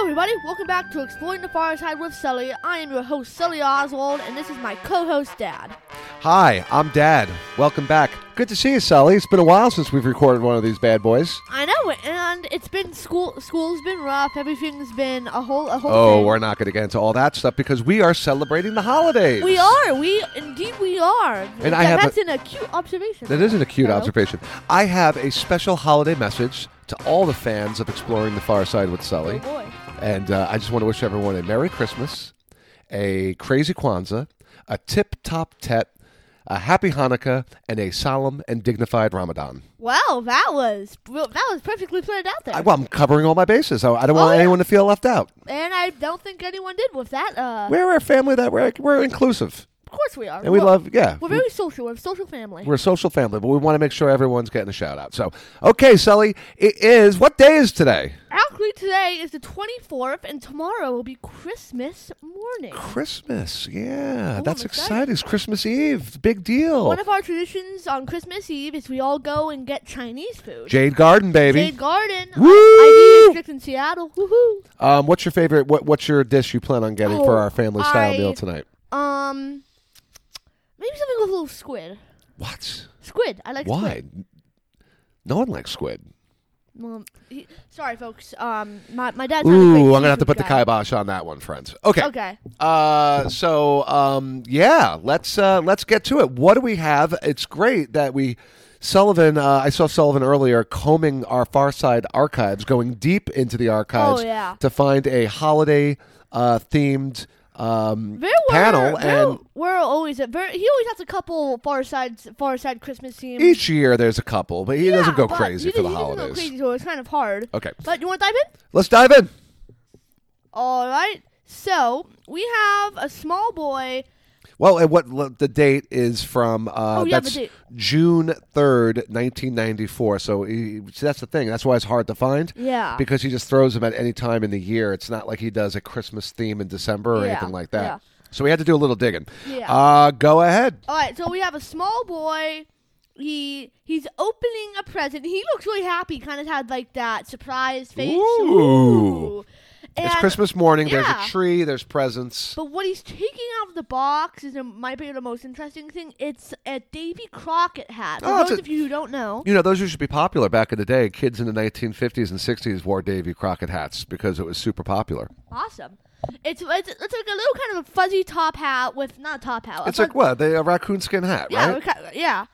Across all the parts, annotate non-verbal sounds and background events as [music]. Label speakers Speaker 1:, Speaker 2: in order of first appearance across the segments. Speaker 1: everybody, welcome back to Exploring the Fireside with Sully. I am your host, Sully Oswald, and this is my co host, Dad.
Speaker 2: Hi, I'm Dad. Welcome back. Good to see you, Sully. It's been a while since we've recorded one of these bad boys.
Speaker 1: I know, and it's been school, school's been rough, everything's been a whole, a whole
Speaker 2: Oh,
Speaker 1: thing.
Speaker 2: we're not going to get into all that stuff because we are celebrating the holidays.
Speaker 1: we are, we indeed we are.
Speaker 2: And I have
Speaker 1: that's
Speaker 2: a-
Speaker 1: an acute observation.
Speaker 2: That is an acute
Speaker 1: Hello.
Speaker 2: observation. I have a special holiday message to all the fans of Exploring the Far Side with
Speaker 1: Oh
Speaker 2: Sully.
Speaker 1: boy.
Speaker 2: And uh, I just want to wish everyone a Merry Christmas, a crazy Kwanzaa, a tip top tet, a happy Hanukkah, and a solemn and dignified Ramadan.
Speaker 1: Well, that was well, that was perfectly planned out there,
Speaker 2: I, well, I'm covering all my bases. I, I don't
Speaker 1: Oh,
Speaker 2: want
Speaker 1: yeah.
Speaker 2: anyone to feel left out.
Speaker 1: and I don't think anyone did with that. Uh,
Speaker 2: We're a family that we're, we're inclusive
Speaker 1: of course we are,
Speaker 2: and we
Speaker 1: We're-
Speaker 2: love, yeah.
Speaker 1: We're very social. We're a social family.
Speaker 2: We're a social family, but we want to make sure everyone's getting a shout out. So, okay, Sully, it is what day is today?
Speaker 1: Actually, today is the 24th, and tomorrow will be Christmas morning.
Speaker 2: Christmas. Yeah,
Speaker 1: Ooh,
Speaker 2: that's
Speaker 1: I'm excited.
Speaker 2: exciting. It's Christmas Eve. Big deal.
Speaker 1: One of our traditions on Christmas Eve is we all go and get Chinese food.
Speaker 2: Jade Garden, baby.
Speaker 1: Jade Garden,
Speaker 2: Woo!
Speaker 1: ID district in Seattle. Woohoo!
Speaker 2: Um, what's your favorite? What, what's your dish you plan on getting for
Speaker 1: Oh,
Speaker 2: our family style
Speaker 1: I-
Speaker 2: meal tonight?
Speaker 1: Um, maybe something with a little squid.
Speaker 2: What?
Speaker 1: Squid. I like
Speaker 2: Why?
Speaker 1: squid.
Speaker 2: No one likes squid.
Speaker 1: Um, he- sorry, folks. Um, my my dad's. not a great
Speaker 2: Ooh, I'm gonna have to
Speaker 1: seafood
Speaker 2: put the
Speaker 1: guy.
Speaker 2: kibosh on that one, friends. Okay.
Speaker 1: Okay.
Speaker 2: Uh, so um, yeah, let's uh, let's get to it. What do we have? It's great that we Sullivan. Uh, I saw Sullivan earlier combing our Far Side archives, going deep into the archives
Speaker 1: Oh, yeah.
Speaker 2: to find a holiday uh, themed um,
Speaker 1: There were,
Speaker 2: panel,
Speaker 1: there
Speaker 2: and
Speaker 1: we're always at. Very, he always has a couple far side far side Christmas themes.
Speaker 2: each year there's a couple, but he doesn't
Speaker 1: Yeah,
Speaker 2: go
Speaker 1: but
Speaker 2: crazy
Speaker 1: he
Speaker 2: for
Speaker 1: does- he
Speaker 2: the
Speaker 1: doesn't go
Speaker 2: holidays. Oh.
Speaker 1: crazy, so it's kind of hard.
Speaker 2: Okay,
Speaker 1: But you want to dive in?
Speaker 2: let's dive in.
Speaker 1: All right. So we have a small boy.
Speaker 2: Well, and what l- the date is from? Uh,
Speaker 1: Oh, yeah, the
Speaker 2: that's
Speaker 1: date.
Speaker 2: June third, nineteen ninety four. So he, see, that's the thing. That's why it's hard to find.
Speaker 1: Yeah.
Speaker 2: because he just throws them at any time in the year. It's not like he does a Christmas theme in December or
Speaker 1: Yeah,
Speaker 2: anything like that.
Speaker 1: yeah.
Speaker 2: So we had to do a little digging.
Speaker 1: Yeah.
Speaker 2: Uh, go ahead.
Speaker 1: All right. So we have a small boy. He he's opening a present. He looks really happy. Kind of had like that surprised face.
Speaker 2: Ooh.
Speaker 1: And,
Speaker 2: it's Christmas morning. There's
Speaker 1: yeah.
Speaker 2: a tree. There's presents.
Speaker 1: But what he's taking out of the box is, in my opinion, the most interesting thing. It's a Davy Crockett hat. For
Speaker 2: Oh, it's
Speaker 1: those
Speaker 2: a-
Speaker 1: of you who don't know,
Speaker 2: You know, those used to be popular back in the day. Kids in the 1950s and 60s wore Davy Crockett hats because it was super popular.
Speaker 1: awesome. It's, it's it's like a little kind of a fuzzy top hat with not a top hat. a
Speaker 2: It's
Speaker 1: fuzz-
Speaker 2: like, what? They, a raccoon skin hat,
Speaker 1: Uh, yeah,
Speaker 2: right?
Speaker 1: okay, yeah.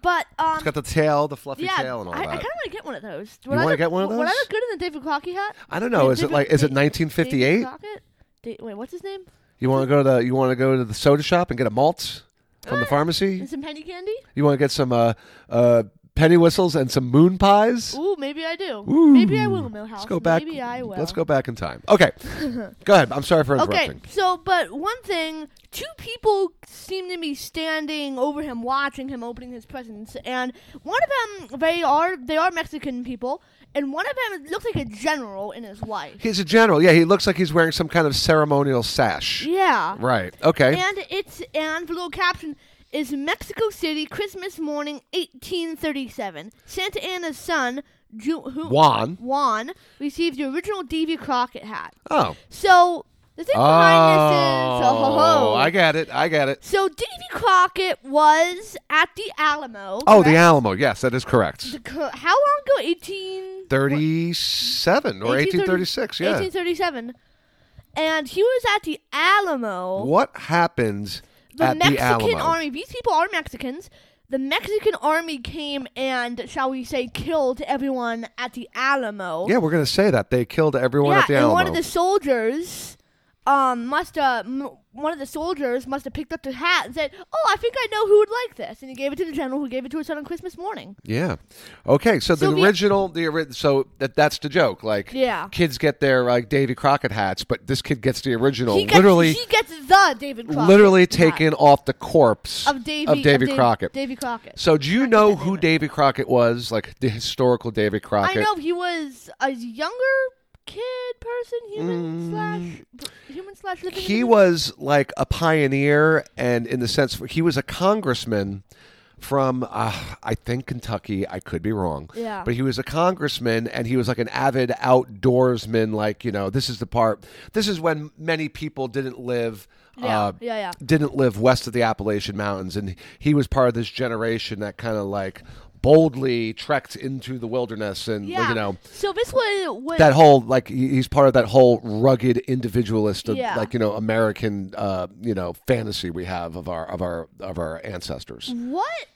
Speaker 1: But um,
Speaker 2: It's got the tail, the fluffy
Speaker 1: yeah,
Speaker 2: tail, and all
Speaker 1: I, I
Speaker 2: that.
Speaker 1: kind of want to get one of those. Would I
Speaker 2: wanna
Speaker 1: look-
Speaker 2: get one of
Speaker 1: Would I
Speaker 2: those?
Speaker 1: look good in the David Crockett hat?
Speaker 2: I don't know.
Speaker 1: Wait,
Speaker 2: Is it
Speaker 1: David-
Speaker 2: like? Is it
Speaker 1: David- David
Speaker 2: 1958?
Speaker 1: Crockett? Da- wait, what's his name?
Speaker 2: You want to go to the? You want to go to the soda shop and get a malt from the
Speaker 1: Uh,
Speaker 2: pharmacy?
Speaker 1: And some penny candy?
Speaker 2: You want to get some uh, uh, penny whistles and some moon pies?
Speaker 1: Ooh, maybe I do. Maybe I will, Millhouse.
Speaker 2: Let's go back.
Speaker 1: Maybe I will.
Speaker 2: Let's go back in time. [laughs] Okay, go ahead. I'm sorry for
Speaker 1: Okay,
Speaker 2: interrupting.
Speaker 1: so but one thing, two people seem to be standing over him, watching him opening his presents, and one of them they are they are Mexican people, and one of them looks like a general in his life.
Speaker 2: He's a general. Yeah, he looks like he's wearing some kind of ceremonial sash.
Speaker 1: Yeah,
Speaker 2: Right. Okay.
Speaker 1: and it's and the little caption is Mexico City Christmas morning, 1837. Santa Anna's son Ju- who,
Speaker 2: Juan.
Speaker 1: Juan received the original D.V. Crockett hat.
Speaker 2: oh.
Speaker 1: So the thing behind this is
Speaker 2: Oh, I get it. I get it.
Speaker 1: So Davy Crockett was at the Alamo.
Speaker 2: Oh, the
Speaker 1: correct?
Speaker 2: Alamo. Yes, that is correct.
Speaker 1: The co- How long ago? 18
Speaker 2: Thirty-seven or eighteen thirty-six. Yeah.
Speaker 1: 1837. And he was at the Alamo.
Speaker 2: What happens
Speaker 1: The
Speaker 2: at
Speaker 1: Mexican
Speaker 2: the Alamo?
Speaker 1: army. These people are Mexicans. The Mexican army came and, shall we say, killed everyone at the Alamo.
Speaker 2: Yeah, we're gonna say that they killed everyone
Speaker 1: yeah,
Speaker 2: at the
Speaker 1: and
Speaker 2: Alamo.
Speaker 1: one of the soldiers, um, must have m- one of the soldiers must have picked up the hat and said, "Oh, I think I know who would like this," and he gave it to the general, who gave it to his son on Christmas morning.
Speaker 2: Yeah. Okay. So,
Speaker 1: So
Speaker 2: the
Speaker 1: we-
Speaker 2: original, the ori- so that that's the joke. Like,
Speaker 1: Yeah.
Speaker 2: kids get their like Davy Crockett hats, but this kid gets the original,
Speaker 1: He gets,
Speaker 2: literally,
Speaker 1: he gets the David Crockett,
Speaker 2: literally
Speaker 1: hat
Speaker 2: taken off the corpse
Speaker 1: of Davy
Speaker 2: Davy Crockett.
Speaker 1: Davy Crockett.
Speaker 2: so, do you know who Davy Crockett was? Like the historical Davy
Speaker 1: I
Speaker 2: Crockett.
Speaker 1: know he was a younger kid person, human slash human slash living.
Speaker 2: Mm. He
Speaker 1: individual.
Speaker 2: was like a pioneer, and in the sense he was a congressman from uh, I think Kentucky. I could be wrong.
Speaker 1: Yeah.
Speaker 2: But he was a congressman, and he was like an avid outdoorsman. Like you know, this is the part. This is when many people didn't live.
Speaker 1: Yeah,
Speaker 2: uh,
Speaker 1: yeah, yeah.
Speaker 2: Didn't live west of the Appalachian Mountains, and he was part of this generation that kind of like boldly trekked into the wilderness and like,
Speaker 1: yeah.
Speaker 2: you know
Speaker 1: so this was, was
Speaker 2: that whole like he- he's part of that whole rugged individualist of,
Speaker 1: Yeah.
Speaker 2: like you know American uh, you know fantasy we have of our of our of our ancestors.
Speaker 1: Mm-hmm. what?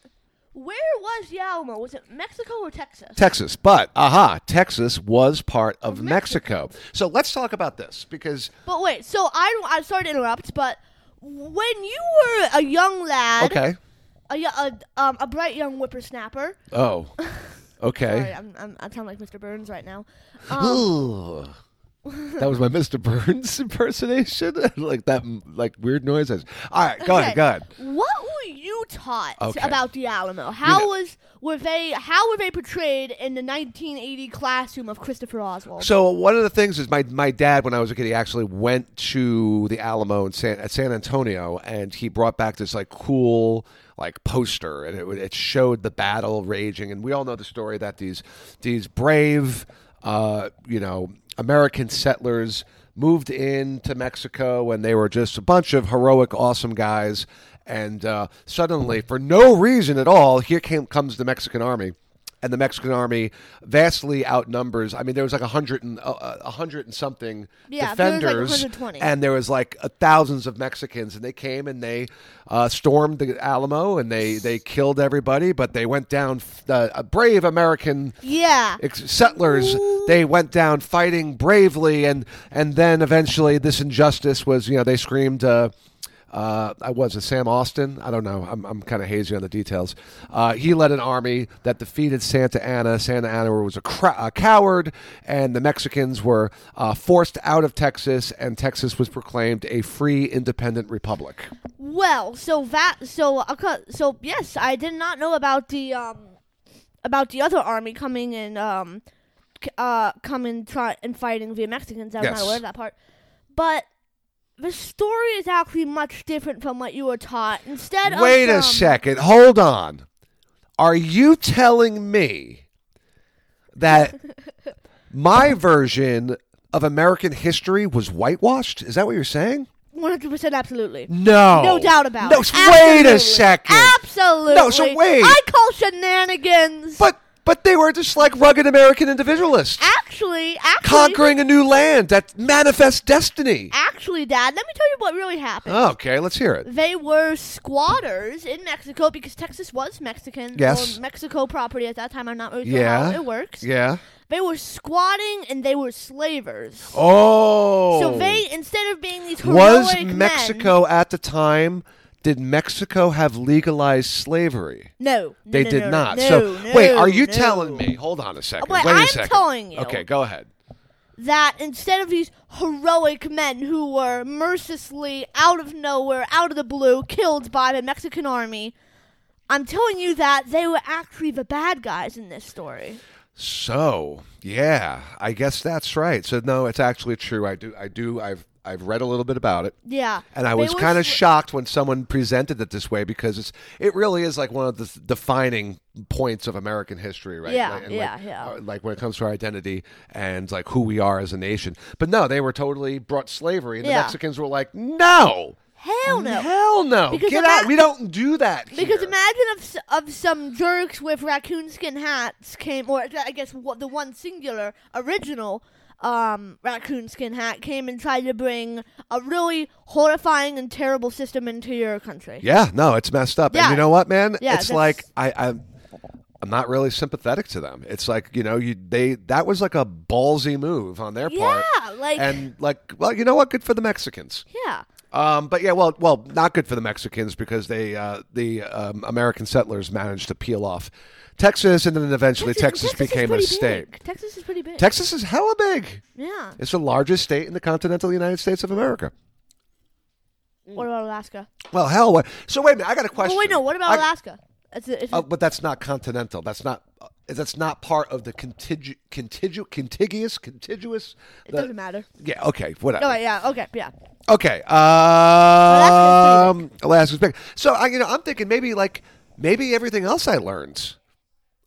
Speaker 1: Where was Yalma? Was it Mexico or Texas?
Speaker 2: Texas, but aha, Texas was part of Mexico. So let's talk about this because
Speaker 1: But wait, so I don't. I'm sorry to interrupt, but when you were a young lad,
Speaker 2: okay,
Speaker 1: a, yo- a, um, a bright young whippersnapper. [laughs]
Speaker 2: oh,
Speaker 1: Sorry,
Speaker 2: okay,
Speaker 1: I'm, I'm, I sound like Mr. Burns right
Speaker 2: [laughs]
Speaker 1: now. Um,
Speaker 2: Ugh. that was my Mr. Burns [laughs] impersonation, like that like weird noises. All right, go
Speaker 1: Okay,
Speaker 2: ahead, go ahead.
Speaker 1: What were you taught
Speaker 2: Okay.
Speaker 1: about the Alamo? How
Speaker 2: know-
Speaker 1: was were they how were they portrayed in the 1980 classroom of Christopher Oswald?
Speaker 2: So one of the things is my my dad when I was a kid he actually went to the Alamo in San at San Antonio and he brought back this like cool like poster and it would- it showed the battle raging and we all know the story that these these brave uh, you know American settlers moved into Mexico and they were just a bunch of heroic awesome guys and uh, suddenly for no reason at all here came comes the Mexican army and the Mexican army vastly outnumbers. I mean, there was like a hundred and uh, uh, a hundred and something
Speaker 1: Yeah, there was like
Speaker 2: defenders,
Speaker 1: 120.
Speaker 2: and there was like uh, thousands of Mexicans, and they came and they uh, stormed the Alamo and they they killed everybody, but they went down. f- Uh, a brave American
Speaker 1: yeah.
Speaker 2: ex- settlers they went down fighting bravely and and then eventually this injustice was you know they screamed uh uh, I was it Sam Austin. I don't know. I'm, I'm kind of hazy on the details. Uh, he led an army that defeated Santa Anna. Santa Anna was a, cra- a coward, and the Mexicans were uh, forced out of Texas, and Texas was proclaimed a free, independent republic.
Speaker 1: Well, so that so a co- so yes, I did not know about the um about the other army coming and um c- uh coming try and fighting the Mexicans. I was
Speaker 2: Yes.
Speaker 1: not aware of that part, but. The story is actually much different from what you were taught. Instead of um,
Speaker 2: Wait a
Speaker 1: some-
Speaker 2: second. Hold on. Are you telling me
Speaker 1: [laughs]
Speaker 2: that my version of American history was whitewashed? Is that what you're saying?
Speaker 1: One hundred percent, absolutely.
Speaker 2: No.
Speaker 1: No doubt about
Speaker 2: no,
Speaker 1: it.
Speaker 2: No, wait
Speaker 1: Absolutely.
Speaker 2: a second.
Speaker 1: Absolutely.
Speaker 2: No, so wait.
Speaker 1: I call shenanigans.
Speaker 2: But but they were just like rugged American individualists
Speaker 1: actually, actually,
Speaker 2: conquering a new land that manifests destiny.
Speaker 1: actually, Dad, let me tell you what really happened.
Speaker 2: Okay, let's hear it.
Speaker 1: they were squatters in Mexico because Texas was Mexican.
Speaker 2: Yes.
Speaker 1: Or Mexico property at that time. I'm not really sure
Speaker 2: Yeah.
Speaker 1: how it works.
Speaker 2: Yeah.
Speaker 1: They were squatting and they were slavers.
Speaker 2: Oh.
Speaker 1: So they, instead of being these heroic
Speaker 2: Was
Speaker 1: men-
Speaker 2: Mexico at the time? Did Mexico have legalized slavery?
Speaker 1: no, no,
Speaker 2: They
Speaker 1: no,
Speaker 2: did
Speaker 1: no,
Speaker 2: not.
Speaker 1: no,
Speaker 2: so
Speaker 1: no,
Speaker 2: wait, are you
Speaker 1: no.
Speaker 2: telling me? Hold on a second.
Speaker 1: Wait,
Speaker 2: wait a
Speaker 1: I'm
Speaker 2: second.
Speaker 1: telling you.
Speaker 2: Okay, go ahead.
Speaker 1: that instead of these heroic men who were mercilessly out of nowhere, out of the blue, killed by the Mexican army, I'm telling you that they were actually the bad guys in this story.
Speaker 2: So yeah, I guess that's right. So no, it's actually true. I do. I do. I've I've read a little bit about it.
Speaker 1: Yeah.
Speaker 2: And I
Speaker 1: They
Speaker 2: was
Speaker 1: were
Speaker 2: kind of
Speaker 1: sl-
Speaker 2: shocked when someone presented it this way because it's it really is like one of the th- defining points of American history, right?
Speaker 1: Yeah,
Speaker 2: like, and
Speaker 1: yeah,
Speaker 2: like,
Speaker 1: yeah.
Speaker 2: uh, Like when it comes to our identity and like who we are as a nation. But no, they were totally brought slavery, and
Speaker 1: Yeah.
Speaker 2: the Mexicans were like, "No,
Speaker 1: Hell no.
Speaker 2: Oh, hell no,
Speaker 1: Because
Speaker 2: get
Speaker 1: ima-
Speaker 2: out! We don't do that."
Speaker 1: because
Speaker 2: here."
Speaker 1: imagine if s- of some jerks with raccoon skin hats came, or I guess wha- the one singular original um, raccoon skin hat came and tried to bring a really horrifying and terrible system into your country.
Speaker 2: Yeah, no, it's messed up.
Speaker 1: Yeah.
Speaker 2: And you know what, man?
Speaker 1: Yeah,
Speaker 2: it's
Speaker 1: that's-
Speaker 2: like I, I'm I'm not really sympathetic to them. It's like, you know, you they that was like a ballsy move on their part.
Speaker 1: Yeah, like-
Speaker 2: and like well, you know what? Good for the Mexicans.
Speaker 1: Yeah.
Speaker 2: Um, but yeah, well, well, not good for the Mexicans because they uh, the um, American settlers managed to peel off Texas, and then eventually Texas,
Speaker 1: is
Speaker 2: became a
Speaker 1: pretty
Speaker 2: state.
Speaker 1: big. Texas is pretty big.
Speaker 2: Texas is hella big.
Speaker 1: yeah.
Speaker 2: It's the largest state in the continental United States of America.
Speaker 1: What about Alaska?
Speaker 2: Well, hell, what? So wait a minute, I got a Mm. question.
Speaker 1: Oh wait, no. What about
Speaker 2: I-
Speaker 1: Alaska? It's a, it's a-
Speaker 2: Oh, but that's not continental. That's not. uh, That's not part of the contigu- contigu- contiguous contiguous.
Speaker 1: it
Speaker 2: the-
Speaker 1: doesn't matter.
Speaker 2: Yeah. Okay. Whatever.
Speaker 1: No, wait, yeah. Okay, yeah.
Speaker 2: Okay. Um, Alaska's big. So I, you know, I'm thinking maybe like Maybe everything else I learned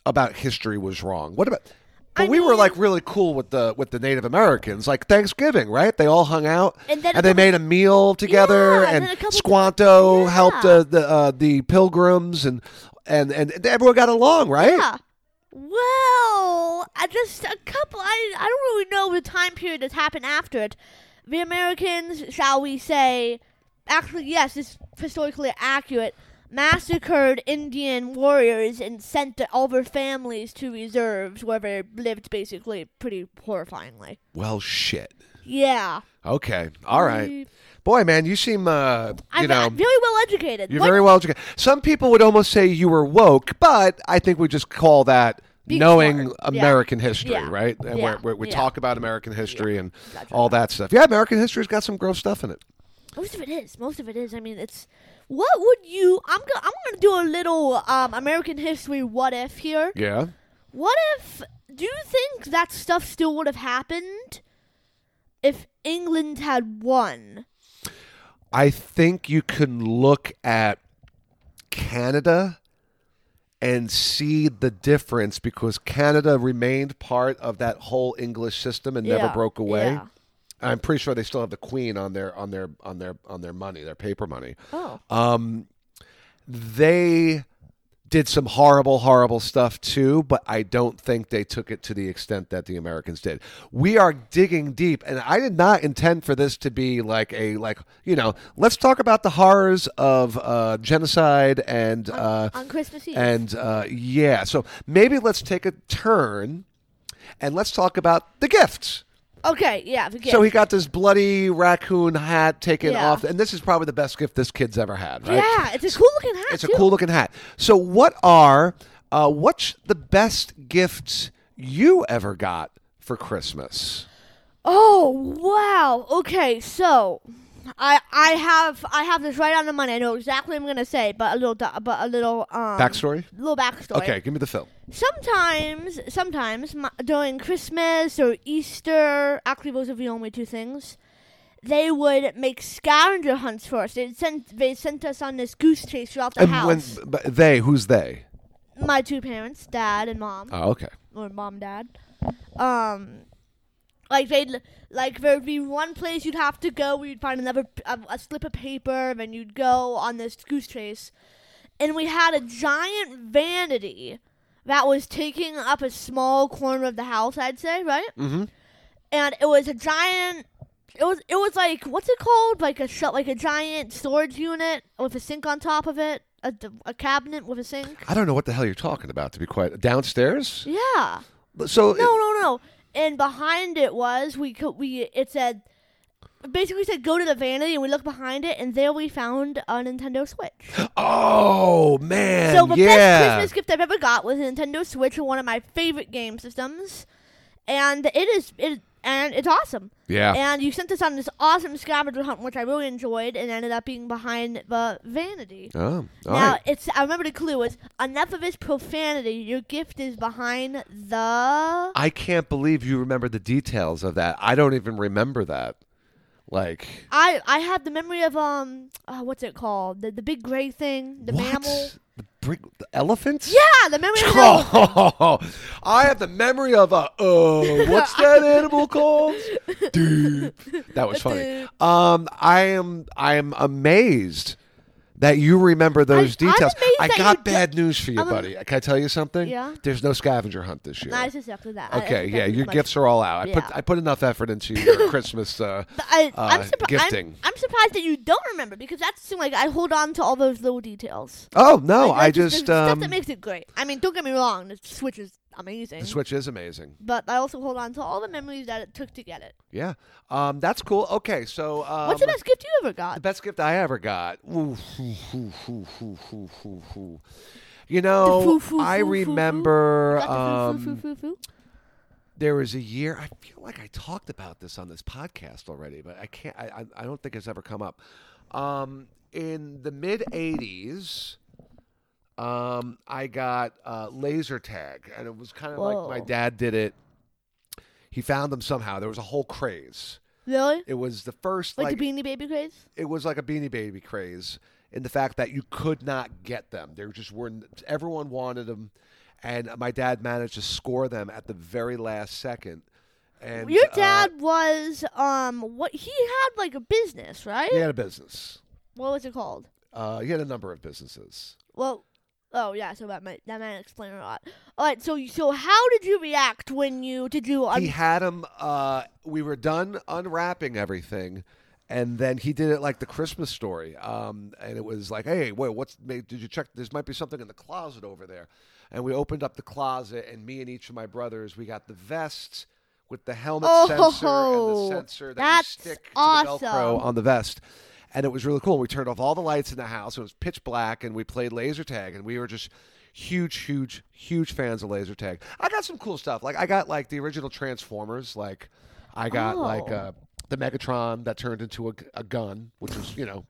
Speaker 2: about history was wrong. What about? But
Speaker 1: I
Speaker 2: we were
Speaker 1: mean-
Speaker 2: like really cool with the with the Native Americans, like Thanksgiving, right? They all hung out
Speaker 1: And then a
Speaker 2: they
Speaker 1: couple-
Speaker 2: made a meal together,
Speaker 1: Yeah, and
Speaker 2: and,
Speaker 1: then a couple-
Speaker 2: Squanto
Speaker 1: Yeah.
Speaker 2: helped uh, the uh, the pilgrims, and and and everyone got along, right?
Speaker 1: Yeah. Well, I just a couple. I I don't really know the time period that's happened after it. The Americans, shall we say, actually yes, it's historically accurate. Massacred Indian warriors and sent the- all their families to reserves where they lived basically pretty horrifyingly.
Speaker 2: Well, shit.
Speaker 1: Yeah.
Speaker 2: Okay, all right,
Speaker 1: Mm.
Speaker 2: boy, man, you seem uh, you
Speaker 1: I'm
Speaker 2: know.
Speaker 1: uh, very well educated.
Speaker 2: You're
Speaker 1: What-
Speaker 2: very well educated. Some people would almost say you were woke, but I think we just call that
Speaker 1: Being
Speaker 2: knowing
Speaker 1: smart. Yeah.
Speaker 2: American history,
Speaker 1: Yeah.
Speaker 2: right? And
Speaker 1: Yeah.
Speaker 2: where, where we
Speaker 1: Yeah.
Speaker 2: talk about American history and
Speaker 1: Gotcha.
Speaker 2: all that stuff. Yeah, American history's got some gross stuff in it.
Speaker 1: Most of it is. Most of it is. I mean, it's. What would you? I'm gonna. I'm gonna do a little um, American history. What if here?
Speaker 2: Yeah.
Speaker 1: What if? Do you think that stuff still would have happened if England had won?
Speaker 2: I think you can look at Canada and see the difference because Canada remained part of that whole English system and never
Speaker 1: Yeah,
Speaker 2: broke away.
Speaker 1: yeah.
Speaker 2: I'm pretty sure they still have the Queen on their on their on their on their money, their paper money.
Speaker 1: Oh.
Speaker 2: Um, they did some horrible, horrible stuff too, but I don't think they took it to the extent that the Americans did. We are digging deep, and I did not intend for this to be like a like you know. Let's talk about the horrors of uh, genocide and uh,
Speaker 1: on Christmas Eve.
Speaker 2: and uh, yeah. So maybe let's take a turn, and let's talk about the gifts.
Speaker 1: okay. Yeah. The
Speaker 2: So
Speaker 1: gift.
Speaker 2: he got this bloody raccoon hat taken
Speaker 1: Yeah.
Speaker 2: off, and this is probably the best gift this kid's ever had, right?
Speaker 1: yeah. It's a cool looking hat.
Speaker 2: It's a
Speaker 1: too.
Speaker 2: cool looking hat. So, what are uh, what's the best gifts you ever got for Christmas?
Speaker 1: Oh wow. Okay, so I I have I have this right on the money. I know exactly what I'm gonna say, but a little do- but a little um
Speaker 2: Backstory?
Speaker 1: Little backstory.
Speaker 2: Okay, give me the film.
Speaker 1: Sometimes sometimes my, during Christmas or Easter, actually those are the only two things. They would make scavenger hunts for us. They sent they sent us on this goose chase throughout the house.
Speaker 2: b- b- they, who's they?
Speaker 1: my two parents, dad and mom.
Speaker 2: Oh, okay.
Speaker 1: or mom dad um like they'd like there'd be one place you'd have to go where you'd find another p- a, a slip of paper then you'd go on this goose chase and we had a giant vanity that was taking up a small corner of the house i'd say right
Speaker 2: Mm-hmm.
Speaker 1: and it was a giant it was it was like what's it called like a sh- like a giant storage unit with a sink on top of it a, d- a cabinet with a sink
Speaker 2: I don't know what the hell you're talking about. To be quite downstairs.
Speaker 1: yeah
Speaker 2: So
Speaker 1: No, no, no. And behind it was we co- we it said basically said go to the vanity and we looked behind it and there we found a Nintendo Switch.
Speaker 2: [gasps] oh man,
Speaker 1: so the best
Speaker 2: yeah.
Speaker 1: Christmas gift I've ever got was a Nintendo Switch, one of my favorite game systems, and it is it and it's awesome.
Speaker 2: yeah.
Speaker 1: And you sent us on this awesome scavenger hunt, which I really enjoyed, and ended up being behind the vanity.
Speaker 2: oh, all
Speaker 1: now
Speaker 2: right.
Speaker 1: it's I remember the clue was enough of this profanity. Your gift is behind the
Speaker 2: I can't believe you remember the details of that. I don't even remember that. Like
Speaker 1: I I had the memory of um uh, what's it called the the big gray thing the
Speaker 2: what? [laughs]
Speaker 1: mammal
Speaker 2: The, brig- the elephants?
Speaker 1: yeah the memory of an
Speaker 2: [laughs]
Speaker 1: elephant.
Speaker 2: Oh, I have the memory of a oh, what's that
Speaker 1: [laughs]
Speaker 2: animal called? Dude, that was funny.
Speaker 1: Dude.
Speaker 2: Um, I am I am amazed that you remember those
Speaker 1: I'm
Speaker 2: details.
Speaker 1: amazed
Speaker 2: I
Speaker 1: that you
Speaker 2: got
Speaker 1: do-
Speaker 2: bad news for you,
Speaker 1: I'm am-
Speaker 2: buddy. Can I tell you something?
Speaker 1: Yeah?
Speaker 2: There's no scavenger hunt this year.
Speaker 1: Nah, it's just after that I-
Speaker 2: Okay,
Speaker 1: it's
Speaker 2: yeah,
Speaker 1: been
Speaker 2: your
Speaker 1: much-
Speaker 2: gifts are all out. I
Speaker 1: Yeah.
Speaker 2: put I put enough
Speaker 1: [laughs]
Speaker 2: effort into your Christmas. Uh,
Speaker 1: But I, I'm,
Speaker 2: uh,
Speaker 1: surpri-
Speaker 2: gifting.
Speaker 1: I'm I'm surprised that you don't remember because that's the thing, like I hold on to all those little details.
Speaker 2: oh no,
Speaker 1: Like,
Speaker 2: I
Speaker 1: that's
Speaker 2: just
Speaker 1: the stuff
Speaker 2: um,
Speaker 1: that makes it great. I mean, don't get me wrong, the Switch is amazing,
Speaker 2: the Switch is amazing.
Speaker 1: but I also hold on to all the memories that it took to get it.
Speaker 2: Yeah, um, that's cool. Okay, so um,
Speaker 1: What's the best gift you ever
Speaker 2: The
Speaker 1: got?
Speaker 2: best gift I ever got. Ooh, hoo, hoo, hoo, hoo, hoo, hoo, hoo. You know,
Speaker 1: foo, foo,
Speaker 2: I
Speaker 1: foo, foo,
Speaker 2: remember
Speaker 1: Got the foo, foo,
Speaker 2: um,
Speaker 1: foo, foo, foo?
Speaker 2: there was a year. I feel like I talked about this on this podcast already, but I can't. I, I, I don't think it's ever come up. Um, in the mid '80s, um, I got uh, laser tag, and it was kind of like
Speaker 1: Whoa.
Speaker 2: my dad did it. He found them somehow. There was a whole craze
Speaker 1: Really?
Speaker 2: It was the first
Speaker 1: Like,
Speaker 2: like
Speaker 1: the Beanie Baby craze?
Speaker 2: it was like a Beanie Baby craze in the fact that you could not get them. There just weren't. Everyone wanted them, and my dad managed to score them at the very last second. And
Speaker 1: Your
Speaker 2: uh,
Speaker 1: dad was um what he had like a business, right?
Speaker 2: uh, he had a business.
Speaker 1: What was it called?
Speaker 2: Uh, he had a number of businesses.
Speaker 1: Well, oh yeah, so that might that might explain a lot. All right, so so how did you react when you did you um, un-
Speaker 2: he had him. Uh, we were done unwrapping everything, and then he did it like the Christmas story. Um, and it was like, hey, wait, what's? may- Did you check? There might be something in the closet over there. And we opened up the closet, and me and each of my brothers, we got the vests with the helmet sensor
Speaker 1: Oh,
Speaker 2: and the sensor that
Speaker 1: that's
Speaker 2: you stick to
Speaker 1: awesome.
Speaker 2: the Velcro on the vest. And it was really cool. We turned off all the lights in the house. It was pitch black, and we played laser tag, and we were just huge, huge, huge fans of laser tag. I got some cool stuff. Like I got like the original Transformers. Like I got
Speaker 1: Oh.
Speaker 2: like uh, the Megatron that turned into a, a gun, which was you know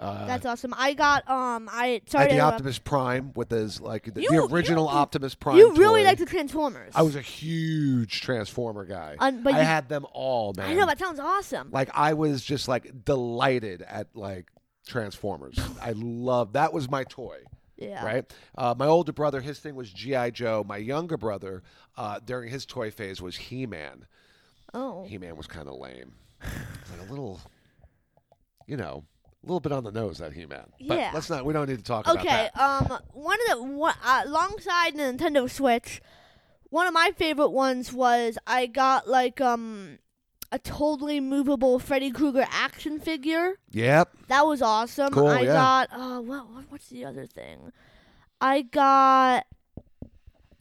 Speaker 2: uh,
Speaker 1: That's awesome. I got um I sorry
Speaker 2: had
Speaker 1: to
Speaker 2: the
Speaker 1: interrupt.
Speaker 2: Optimus Prime with his like the,
Speaker 1: You-
Speaker 2: the original
Speaker 1: you-
Speaker 2: Optimus Prime.
Speaker 1: You really
Speaker 2: toy.
Speaker 1: like the Transformers.
Speaker 2: I was a huge Transformer guy.
Speaker 1: Um, but
Speaker 2: I
Speaker 1: you-
Speaker 2: had them all, man.
Speaker 1: I know that sounds awesome.
Speaker 2: Like I was just like delighted at like Transformers. I love that was my toy.
Speaker 1: yeah.
Speaker 2: Right. Uh, my older brother, his thing was GI Joe. My younger brother, uh, during his toy phase, was He Man.
Speaker 1: Oh.
Speaker 2: He Man was kind of lame. It's like a little, you know, a little bit on the nose that He Man.
Speaker 1: Yeah.
Speaker 2: But let's not. We don't need to talk about
Speaker 1: Okay.
Speaker 2: that.
Speaker 1: Um. One of the one uh, alongside the Nintendo Switch, one of my favorite ones was I got like um a totally movable Freddy Krueger action figure.
Speaker 2: Yep.
Speaker 1: That was awesome.
Speaker 2: Cool,
Speaker 1: I
Speaker 2: yeah.
Speaker 1: got uh what, what what's the other thing? I got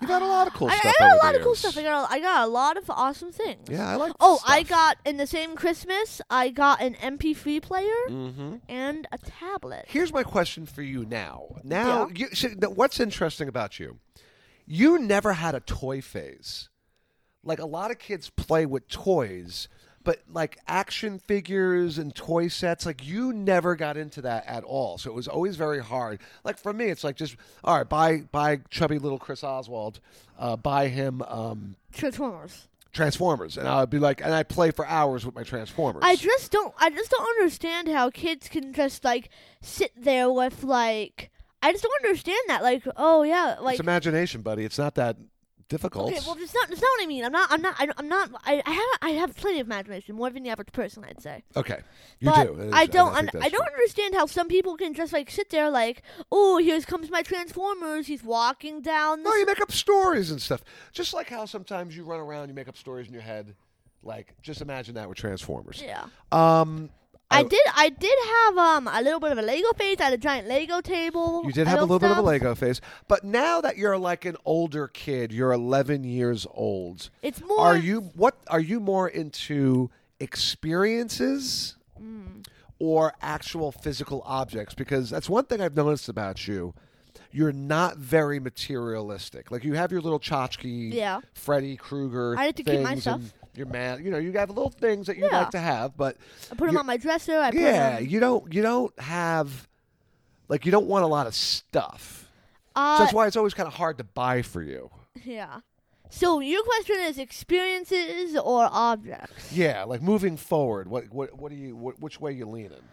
Speaker 2: You got a lot of cool
Speaker 1: I,
Speaker 2: stuff.
Speaker 1: I got
Speaker 2: over
Speaker 1: a lot
Speaker 2: the
Speaker 1: of cool
Speaker 2: years.
Speaker 1: stuff. I got a, I got a lot of awesome things.
Speaker 2: Yeah, I like.
Speaker 1: Oh, I got in the same Christmas, I got an MP3 player
Speaker 2: Mm-hmm.
Speaker 1: and a tablet.
Speaker 2: Here's my question for you now. Now, you, so, th- what's interesting about you? You never had a toy phase. Like a lot of kids play with toys, but like action figures and toy sets, like you never got into that at all. So it was always very hard. Like for me, it's like just all right, buy buy chubby little Chris Oswald, uh, buy him um,
Speaker 1: Transformers.
Speaker 2: Transformers, and I'd be like, and I play for hours with my Transformers.
Speaker 1: I just don't I just don't understand how kids can just like sit there with like I just don't understand that like oh yeah like
Speaker 2: it's imagination, buddy. It's not that difficult.
Speaker 1: Okay, well, it's not. It's not what I mean. I'm not. I'm not. I don't- I'm not. I, I have. I have plenty of imagination, more than the average person, I'd say.
Speaker 2: Okay, you
Speaker 1: but
Speaker 2: do. It is-
Speaker 1: I
Speaker 2: and
Speaker 1: don't.
Speaker 2: think
Speaker 1: I,
Speaker 2: that's
Speaker 1: I don't
Speaker 2: true.
Speaker 1: understand how some people can just like sit there, like, oh, here comes my Transformers. He's walking down.
Speaker 2: No,
Speaker 1: This
Speaker 2: you make up stories and stuff. Just like how sometimes you run around, you make up stories in your head. Like, just imagine that with Transformers.
Speaker 1: yeah.
Speaker 2: Um,
Speaker 1: I,
Speaker 2: I-
Speaker 1: did. I did have um a little bit of a Lego face. I had a giant Lego table.
Speaker 2: you did
Speaker 1: I
Speaker 2: have a
Speaker 1: built
Speaker 2: little bit of a
Speaker 1: stuff.
Speaker 2: Lego phase, but now that you're like an older kid, you're 11 years old.
Speaker 1: It's more.
Speaker 2: Are you what? Are you more into experiences
Speaker 1: Mm.
Speaker 2: or actual physical objects? Because that's one thing I've noticed about you. You're not very materialistic. Like you have your little tchotchke,
Speaker 1: Yeah.
Speaker 2: Freddy Krueger.
Speaker 1: I like to keep my
Speaker 2: things
Speaker 1: stuff.
Speaker 2: and Your man, you know, you have little things that you
Speaker 1: Yeah.
Speaker 2: like to have, but
Speaker 1: I put him
Speaker 2: you-
Speaker 1: on my dresser. I put 'em
Speaker 2: yeah,
Speaker 1: on-
Speaker 2: you don't. You don't have like you don't want a lot of stuff.
Speaker 1: Uh,
Speaker 2: So that's why it's always kind of hard to buy for you.
Speaker 1: yeah. So your question is experiences or objects?
Speaker 2: Yeah, like moving forward, what what what do you what, which way you leaning?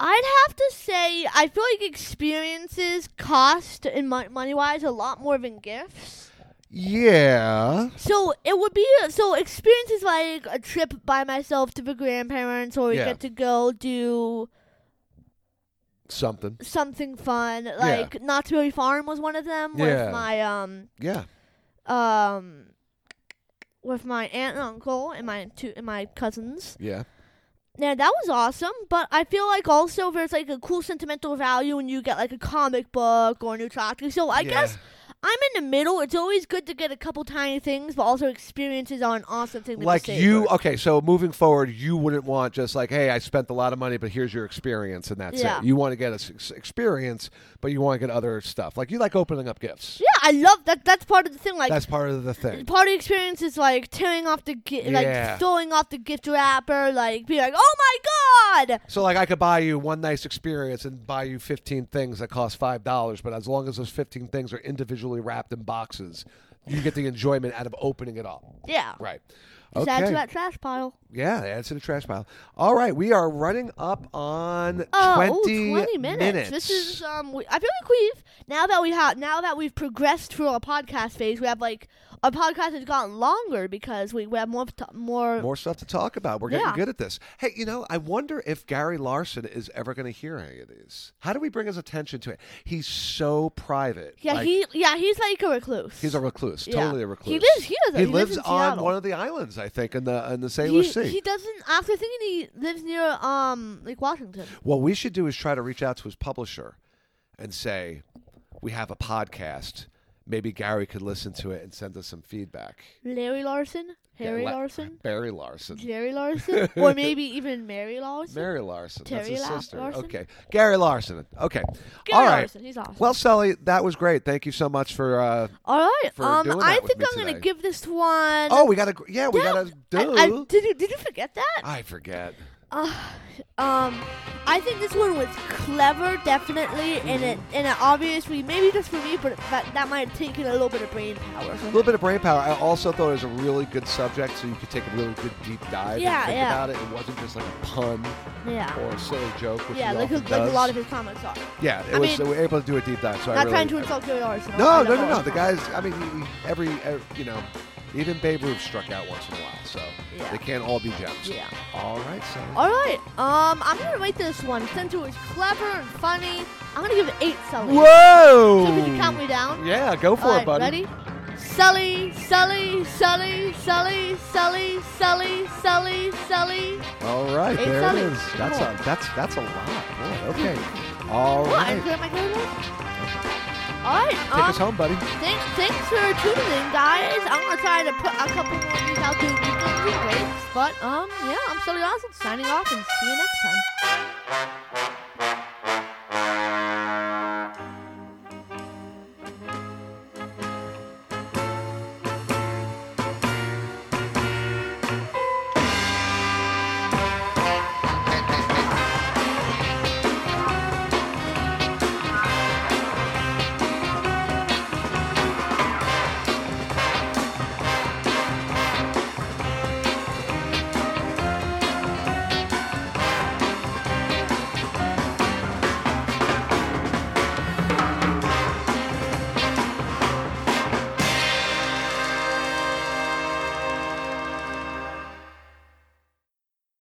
Speaker 1: I'd have to say I feel like experiences cost in mon- money wise a lot more than gifts.
Speaker 2: Yeah.
Speaker 1: So it would be uh, so experiences like a trip by myself to the grandparents, or we
Speaker 2: Yeah.
Speaker 1: get to go do
Speaker 2: Something.
Speaker 1: something fun. Like Knott's Berry Farm was one of them
Speaker 2: Yeah.
Speaker 1: with my um
Speaker 2: Yeah.
Speaker 1: um with my aunt and uncle and my two and my cousins.
Speaker 2: Yeah.
Speaker 1: Yeah, that was awesome, but I feel like also there's like a cool sentimental value when you get like a comic book or a new chocolate. So I
Speaker 2: Yeah.
Speaker 1: guess I'm in the middle. It's always good to get a couple tiny things, but also experiences are an awesome thing. To
Speaker 2: Like
Speaker 1: savor.
Speaker 2: you okay, so moving forward, you wouldn't want just like, hey, I spent a lot of money, but here's your experience and that's
Speaker 1: Yeah.
Speaker 2: it. You want to get a s- experience, but you want to get other stuff. Like you like opening up gifts.
Speaker 1: yeah, I love that. That's part of the thing. Like
Speaker 2: That's part of
Speaker 1: [laughs]
Speaker 2: the thing.
Speaker 1: part of the experience is like tearing off the gift,
Speaker 2: Yeah.
Speaker 1: like throwing off the gift wrapper, like being like, oh my god.
Speaker 2: So like I could buy you one nice experience and buy you 15 things that cost $5, but as long as those 15 things are individually wrapped in boxes, you get the enjoyment out of opening it up.
Speaker 1: Yeah.
Speaker 2: Right.
Speaker 1: Just add
Speaker 2: Okay.
Speaker 1: to that trash pile.
Speaker 2: Yeah, that's in the trash pile. All right, we are running up on
Speaker 1: Oh, ooh,
Speaker 2: 20,
Speaker 1: 20 minutes. This is um. We, I feel like we've now that we have now that we've progressed through our podcast phase, we have like our podcast has gotten longer because we, we have more t- more.
Speaker 2: more stuff to talk about. We're getting
Speaker 1: uh, Yeah.
Speaker 2: good at this. Hey, you know, I wonder if Gary Larson is ever going to hear any of these. How do we bring his attention to it? He's so private.
Speaker 1: yeah,
Speaker 2: Like,
Speaker 1: he yeah he's like a recluse.
Speaker 2: He's a recluse,
Speaker 1: Yeah.
Speaker 2: totally a recluse.
Speaker 1: He lives here. Though.
Speaker 2: He,
Speaker 1: He lives
Speaker 2: lives
Speaker 1: in
Speaker 2: on
Speaker 1: Seattle.
Speaker 2: one of the islands, I think, in the in the Sailor
Speaker 1: he,
Speaker 2: Sea.
Speaker 1: he doesn't. After thinking he lives near um like Washington.
Speaker 2: what we should do is try to reach out to his publisher and say, "We have a podcast. Maybe Gary could listen to it and send us some feedback."
Speaker 1: Larry Larson,
Speaker 2: Yeah,
Speaker 1: Harry
Speaker 2: La- [laughs]
Speaker 1: Larson,
Speaker 2: Barry Larson.
Speaker 1: Jerry Larson, or maybe even Mary Larson.
Speaker 2: Mary Larson. That's
Speaker 1: Terry
Speaker 2: his
Speaker 1: La-
Speaker 2: sister.
Speaker 1: Larson?
Speaker 2: Okay. Gary Larson. Okay.
Speaker 1: Gary
Speaker 2: All right.
Speaker 1: Larson, he's awesome.
Speaker 2: Well, Sully, that was great. Thank you so much for. Uh,
Speaker 1: All right.
Speaker 2: for
Speaker 1: um,
Speaker 2: doing
Speaker 1: I
Speaker 2: that with
Speaker 1: think
Speaker 2: me
Speaker 1: I'm
Speaker 2: today.
Speaker 1: gonna give this one.
Speaker 2: oh, we got to. Yeah, we got to
Speaker 1: I-
Speaker 2: do.
Speaker 1: I, did you did you forget that?
Speaker 2: I forget.
Speaker 1: Uh, um, I think this one was clever, definitely, and it and it obviously maybe just for me, but that, that might have taken a little bit of brain power.
Speaker 2: A little bit of brain power. I also thought it was a really good subject, so you could take a really good deep dive
Speaker 1: Yeah,
Speaker 2: and think
Speaker 1: yeah.
Speaker 2: about it. It wasn't just like a pun
Speaker 1: yeah.
Speaker 2: or a silly joke, which
Speaker 1: yeah,
Speaker 2: he
Speaker 1: like,
Speaker 2: often
Speaker 1: like a
Speaker 2: does.
Speaker 1: lot of his comments are.
Speaker 2: yeah, it
Speaker 1: I
Speaker 2: was.
Speaker 1: mean,
Speaker 2: we were able to do a deep dive. So I
Speaker 1: Not
Speaker 2: really,
Speaker 1: trying to insult Gary Larson.
Speaker 2: No,
Speaker 1: I
Speaker 2: no,
Speaker 1: love
Speaker 2: no,
Speaker 1: all
Speaker 2: no.
Speaker 1: his
Speaker 2: The
Speaker 1: comments.
Speaker 2: guys. I mean, he, he- every, every, you know, even Babe Ruth struck out once in a while. So
Speaker 1: Yeah.
Speaker 2: they can't all be gems.
Speaker 1: Yeah.
Speaker 2: All right, Sully.
Speaker 1: All right. Um, I'm gonna rate this one since it was clever and funny. I'm gonna give it eight Sully.
Speaker 2: Whoa!
Speaker 1: So could you count me down?
Speaker 2: Yeah, go for
Speaker 1: All
Speaker 2: it,
Speaker 1: right,
Speaker 2: buddy.
Speaker 1: ready? Sully, Sully, Sully, Sully, Sully, Sully, Sully, Sully.
Speaker 2: All right,
Speaker 1: Hey,
Speaker 2: there
Speaker 1: Sully,
Speaker 2: it is. That's
Speaker 1: come
Speaker 2: a that's that's a lot. Boy, okay. All
Speaker 1: What? I
Speaker 2: right,
Speaker 1: cleared my code All right.
Speaker 2: take us
Speaker 1: Um,
Speaker 2: home, buddy.
Speaker 1: thanks, thanks for tuning in, guys. I'm gonna try to put a couple more of these out to weekend breaks, but um, yeah, I'm Sully Lawson signing off, and see you next time.